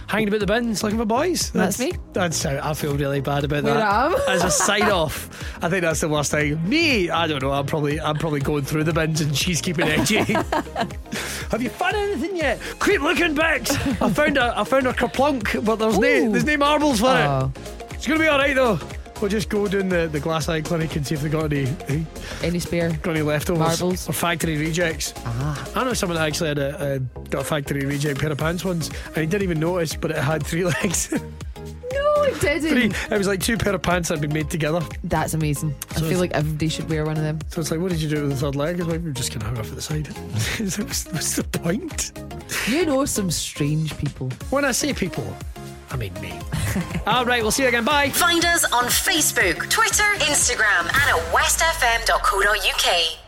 B: hanging about the bins looking for boys.
C: That's me. um?
B: That's how I feel really bad about
C: Where
B: that.
C: am?
B: As a sign off, I think that's the worst thing. Me, I don't know. I'm probably I'm probably going through the bins and she's keeping edgy. Have you found anything yet? Quit looking, Bex. I found a I found a kerplunk, but there's no
C: Ooh.
B: there's no marbles for it.
C: Oh,
B: It's gonna be all right though. We'll just go down the, the glass eye clinic and see if they got any eh,
C: Oh, any spare?
B: got any leftovers
C: Marbles.
B: or factory rejects.
C: Ah,
B: I know someone that actually had a, a got a factory reject pair of pants once, and he didn't even notice, but it had three legs.
C: no, it didn't.
B: three. It was like two pair of pants that had been made together.
C: That's amazing. I
B: it's-
C: feel like everybody should wear one of them.
B: So it's like, what did you do with the third leg? It's like, we're just gonna hang off at the side. It's like, what's, what's the point?
C: You know some strange people.
B: When I say people, I mean me. all right, we'll see you again. Bye.
A: Find us on Facebook, Twitter, Instagram, and at westfm.co.uk.